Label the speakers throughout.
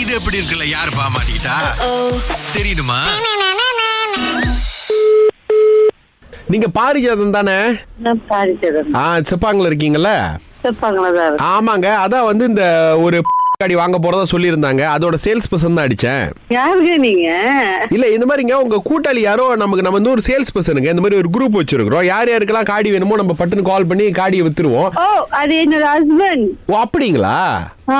Speaker 1: இது எப்படி இருக்குல்ல யாரு பாமாட்டா தெரியுமா
Speaker 2: நீங்க பாரிஜாதம் தானே
Speaker 3: நான் பாரிச்சதன்
Speaker 2: ஆ செப்பாங்கல இருக்கீங்கல்ல
Speaker 3: செப்பாங்களா சார்
Speaker 2: ஆமாங்க அதான் வந்து இந்த ஒரு காடி வாங்க போறதா சொல்லியிருந்தாங்க அதோட சேல்ஸ் பர்சன் தான் அடிச்சேன்
Speaker 3: யாருங்க நீங்க
Speaker 2: இல்ல இந்த மாதிரிங்க உங்க கூட்டாளி யாரோ நமக்கு நம்ம வந்து ஒரு சேல்ஸ் பர்சனுங்க இந்த மாதிரி ஒரு குரூப் வச்சிருக்கிறோம் யார் யாருக்கெல்லாம் காடி வேணுமோ நம்ம பட்டுன்னு கால் பண்ணி காடியை வித்துருவோம்
Speaker 3: ஓ அது என்னோட ஹஸ்பண்ட்
Speaker 2: ஓ அப்படிங்களா
Speaker 3: ஆ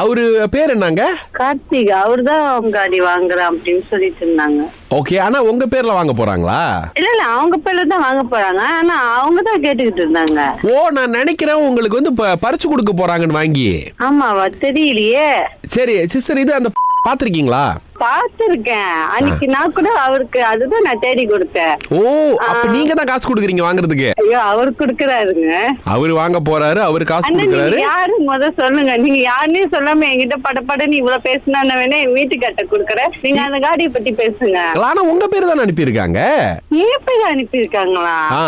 Speaker 2: அவரு பேர் என்னங்க
Speaker 3: கார்த்திக் அவர் தான் காடி வாங்குறான் அப்படின்னு சொல்லிட்டு இருந்தாங்க
Speaker 2: ஓகே ஆனா உங்க பேர்ல வாங்க போறாங்களா
Speaker 3: இல்ல இல்ல அவங்க பேர்ல தான் வாங்க போறாங்க ஆனா அவங்க தான் கேட்டுக்கிட்டு இருந்தாங்க
Speaker 2: ஓ நான் நினைக்கிறேன் உங்களுக்கு வந்து ப- பறிச்சு கொடுக்க போறாங்கன்னு வாங்கி
Speaker 3: ஆமாவா தெரியலையே
Speaker 2: சரி சிஸ்டர் இது அந்த பாத்திருக்கீங்களா
Speaker 3: பார்த்திருக்கேன் அன்னைக்கு நான் கூட அவருக்கு அதுதான் நான் தேடி கொடுத்தேன்
Speaker 2: ஓ அப்ப நீங்க தான் காசு கொடுக்குறீங்க வாங்குறதுக்கு
Speaker 3: ஐயோ அவர் கொடுக்கறாருங்க
Speaker 2: அவரு வாங்க போறாரு அவரு காசு
Speaker 3: அண்ணா நீங்க
Speaker 2: கொடுக்குறாரு
Speaker 3: யாரு முத சொல்லுங்க நீங்க யாருன்னே சொல்லாம என்கிட்ட படப்படன்னு இவ்வளவு பேசினா நான் வேணா என் வீட்டுக்கார்ட்ட கொடுக்கறேன் நீங்க அந்த காடியை பத்தி பேசுங்க
Speaker 2: ஆனா உங்க பேர் தான் அனுப்பியிருக்காங்க
Speaker 3: ஏப்பையா அனுப்பியிருக்காங்களா
Speaker 2: ஆ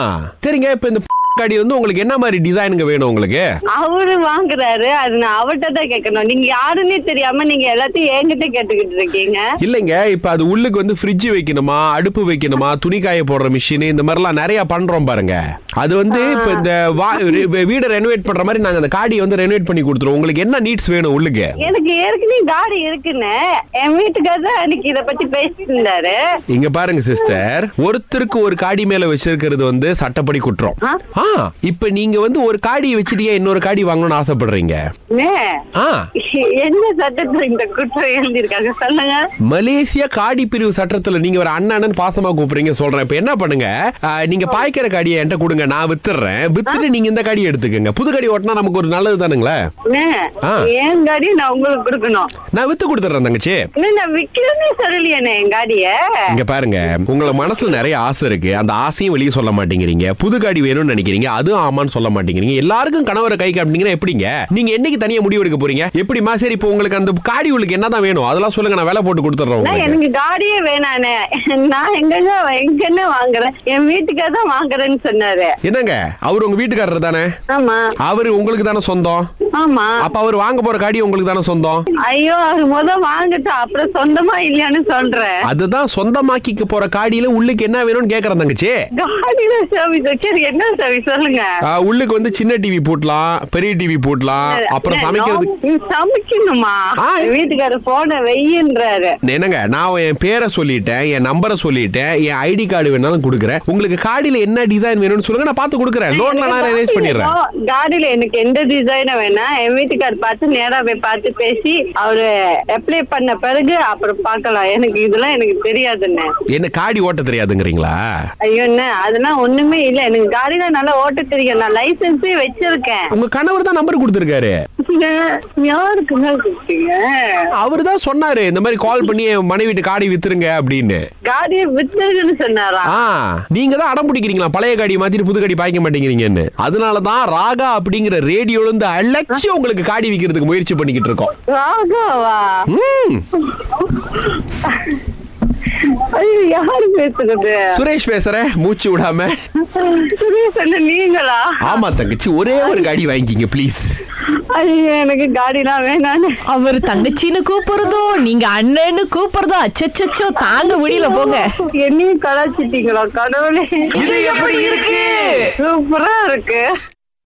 Speaker 2: சரிங்க இப்ப இந்த காடி வந்து உங்களுக்கு என்ன மாதிரி டிசைனுங்க வேணும் உங்களுக்கு
Speaker 3: அவரு வாங்குறாரு அது நான் அவர்கிட்ட தான் கேட்கணும் நீங்க யாருன்னே தெரியாம நீங்க எல்லாத்தையும் என்கிட்ட கேட்டுக்கிட்டு இருக்கீங்க
Speaker 2: இல்லைங்க இப்ப அது உள்ளுக்கு வந்து ஃப்ரிட்ஜ் வைக்கணுமா அடுப்பு வைக்கணுமா துணி காய போடுற மிஷின் இந்த மாதிரிலாம் நிறைய பண்றோம் பாருங்க அது வந்து இப்ப இந்த வா- வீ- வீடை ரெனோவேட் பண்ற மாதிரி நாங்க அந்த காடியை வந்து ரெனோவேட் பண்ணி கொடுத்துருவோம் உங்களுக்கு என்ன நீட்ஸ் வேணும் உள்ளுக்கு
Speaker 3: எனக்கு ஏற்கனவே காடி இருக்குன்னு என் வீட்டுக்காரர் தான் அன்னைக்கு இத பத்தி பேசிட்டு இருந்தாரு
Speaker 2: இங்க பாருங்க சிஸ்டர் ஒருத்தருக்கு ஒரு காடி மேல வச்சிருக்கிறது வந்து சட்டப்படி குற்றம்
Speaker 3: ஆ?
Speaker 2: ஆ இப்ப நீங்க வந்து ஒரு காடியை வச்சுட்டு ஏன் இன்னொரு காடி வாங்கணும்னு ஆசைப்படுறீங்க
Speaker 3: அண்ணே,
Speaker 2: ஆ
Speaker 3: என்ன சட்டத்துல இந்த குற்றம் எழுதியிருக்காங்க சொல்லுங்க
Speaker 2: மலேசியா காடி பிரிவு சட்டத்துல நீங்க ஒரு அண்ணன் பாசமா கூப்பிடுறீங்க சொல்றேன் இப்ப என்ன பண்ணுங்க ஆ, நீங்க பாய்க்கிற காடியை என்கிட்ட கொடுங்க நான் வித்துறேன் வித்துட்டு நீங்க இந்த காடியை எடுத்துக்கங்க புது காடி ஓட்டினா நமக்கு ஒரு நல்லது தானுங்களே
Speaker 3: அண்ணே,
Speaker 2: ஆ.
Speaker 3: என் காடியை நான் உங்களுக்கு கொடுக்கணும்
Speaker 2: நான் வித்து கொடுத்துறேன் தங்கச்சி
Speaker 3: அண்ணே, நான் விக்கிறேன்னு சொல்லலையானே என் காடிய
Speaker 2: இங்க பாருங்க உங்கள மனசுல நிறைய ஆசை இருக்கு அந்த ஆசையும் வெளியே சொல்ல மாட்டேங்கிறீங்க புது காடி வேணும்னு நினைக்கிறீங்க அதுவும் ஆமான்னு சொல்ல மாட்டேங்கிறீங்க எல்லாருக்கும் கணவரை கை காமிட்டீங்கன்னா எப்படிங்க நீங்க என்னைக்கு தனியா முடிவு எடுக்க போறீங்க எப்படிமா சரி இப்போ உங்களுக்கு அந்த காடி உங்களுக்கு என்னதான் வேணும் அதெல்லாம் சொல்லுங்க நான் வேலை போட்டு கொடுத்துட்றேன்
Speaker 3: அண்ணே,
Speaker 2: உங்களுக்கு
Speaker 3: எனக்கு காடியே வேணானே நான் எங்கங்க எங்கன்னு வாங்குறேன் என் வீட்டுக்காக தான் வாங்குறேன்னு சொன்னாரு
Speaker 2: என்னங்க அவர் உங்க வீட்டுக்காரர் தானே
Speaker 3: ஆமா
Speaker 2: அவர் உங்களுக்கு தானே சொந்தம்
Speaker 3: ஆமா
Speaker 2: அப்ப அவர் வாங்க போற காடி உங்களுக்கு தானே சொந்தம்
Speaker 3: ஐயோ அது முத வாங்கட்டும் அப்புறம் சொந்தமா இல்லையான்னு சொல்றேன்
Speaker 2: அதுதான் சொந்தமாக்கிக்க போற காடியில உள்ளுக்கு என்ன வேணும்னு கேக்குறேன் தங்கச்சி
Speaker 3: காடியில சர்வீஸ் சரி என்ன சர்வீஸ் சொல்லுங்க
Speaker 2: ஆஹ், உள்ளுக்கு வந்து சின்ன டிவி போட்டலாம் பெரிய டிவி போட்டலாம் அப்புறம் சமைக்கிறதுக்கு
Speaker 3: நீ சமைக்கணுமா
Speaker 2: ஆ.
Speaker 3: வீட்டுக்காரர் போன வெய்யன்றாரு
Speaker 2: என்னங்க நான் என் பேரை சொல்லிட்டேன் என் நம்பரை சொல்லிட்டேன் என் ஐடி கார்டு வேணாலும் கொடுக்குறேன் உங்களுக்கு கார்டில் என்ன டிசைன் வேணும்னு சொல்லுங்க நான் பார்த்து கொடுக்குறேன் லோன்ல நான் அரேஞ்ச் பண்ணிடுறேன்
Speaker 3: காடியில எனக்கு எந்த டிசைன வேணா என் வீட்டுக்காரர் பார்த்து நேரா போய் பார்த்து பேசி அவரு அப்ளை பண்ண பிறகு அப்புறம் பார்க்கலாம் எனக்கு இதெல்லாம் எனக்கு தெரியாதுன்னு
Speaker 2: என்ன காடி ஓட்ட தெரியாதுங்கிறீங்களா
Speaker 3: ஐயோ என்ன அதெல்லாம் ஒண்ணுமே இல்ல எனக்கு காடியில நல்லா ஓட்ட தெரியும் நான் லைசென்ஸே வச்சிருக்கேன்
Speaker 2: உங்க கணவர் தான் நம்பர் கொடுத்துருக்காரு
Speaker 3: யாருக்குங்க கொடுத்தீங்க
Speaker 2: அவர் தான் சொன்னாரு இந்த மாதிரி கால் பண்ணி என் மனைவிட்டு காடி வித்துருங்க அப்படின்னு
Speaker 3: காடியை வித்துருக்குன்னு சொன்னாரா
Speaker 2: ஆ நீங்க தான் அடம் பிடிக்கிறீங்களா பழைய காடி மாத்திட்டு புது காடி பாய்க்க மாட்டேங்கிறீங்கன்னு அதனால தான் ராகா அப்படிங்கிற ரேடியோல இருந்து அழைச்சி உங்களுக்கு காடி விக்கிறதுக்கு முயற்சி பண்ணிக்கிட்டு இருக்கோம்
Speaker 3: ராகவா
Speaker 2: ம்,
Speaker 3: ஐயோ யாரு பேசுறது
Speaker 2: சுரேஷ் பேசுறேன் மூச்சு விடாம
Speaker 3: சுரேஷ் அண்ணன் நீங்களா
Speaker 2: ஆமா தங்கச்சி ஒரே ஒரு காடி வாங்கிக்கிங்க ப்ளீஸ்
Speaker 3: ஐயோ எனக்கு காடிலாம் வேணான்னு
Speaker 4: அவர் தங்கச்சின்னு கூப்பிடுறதோ நீங்க அண்ணன்னு கூப்பிடுறதோ அச்சச்சோ தாங்க முடியல போங்க
Speaker 3: என்னையும் கலாச்சிட்டீங்களா கடவுளே
Speaker 2: இது எப்படி இருக்கு
Speaker 3: சூப்பரா இருக்கு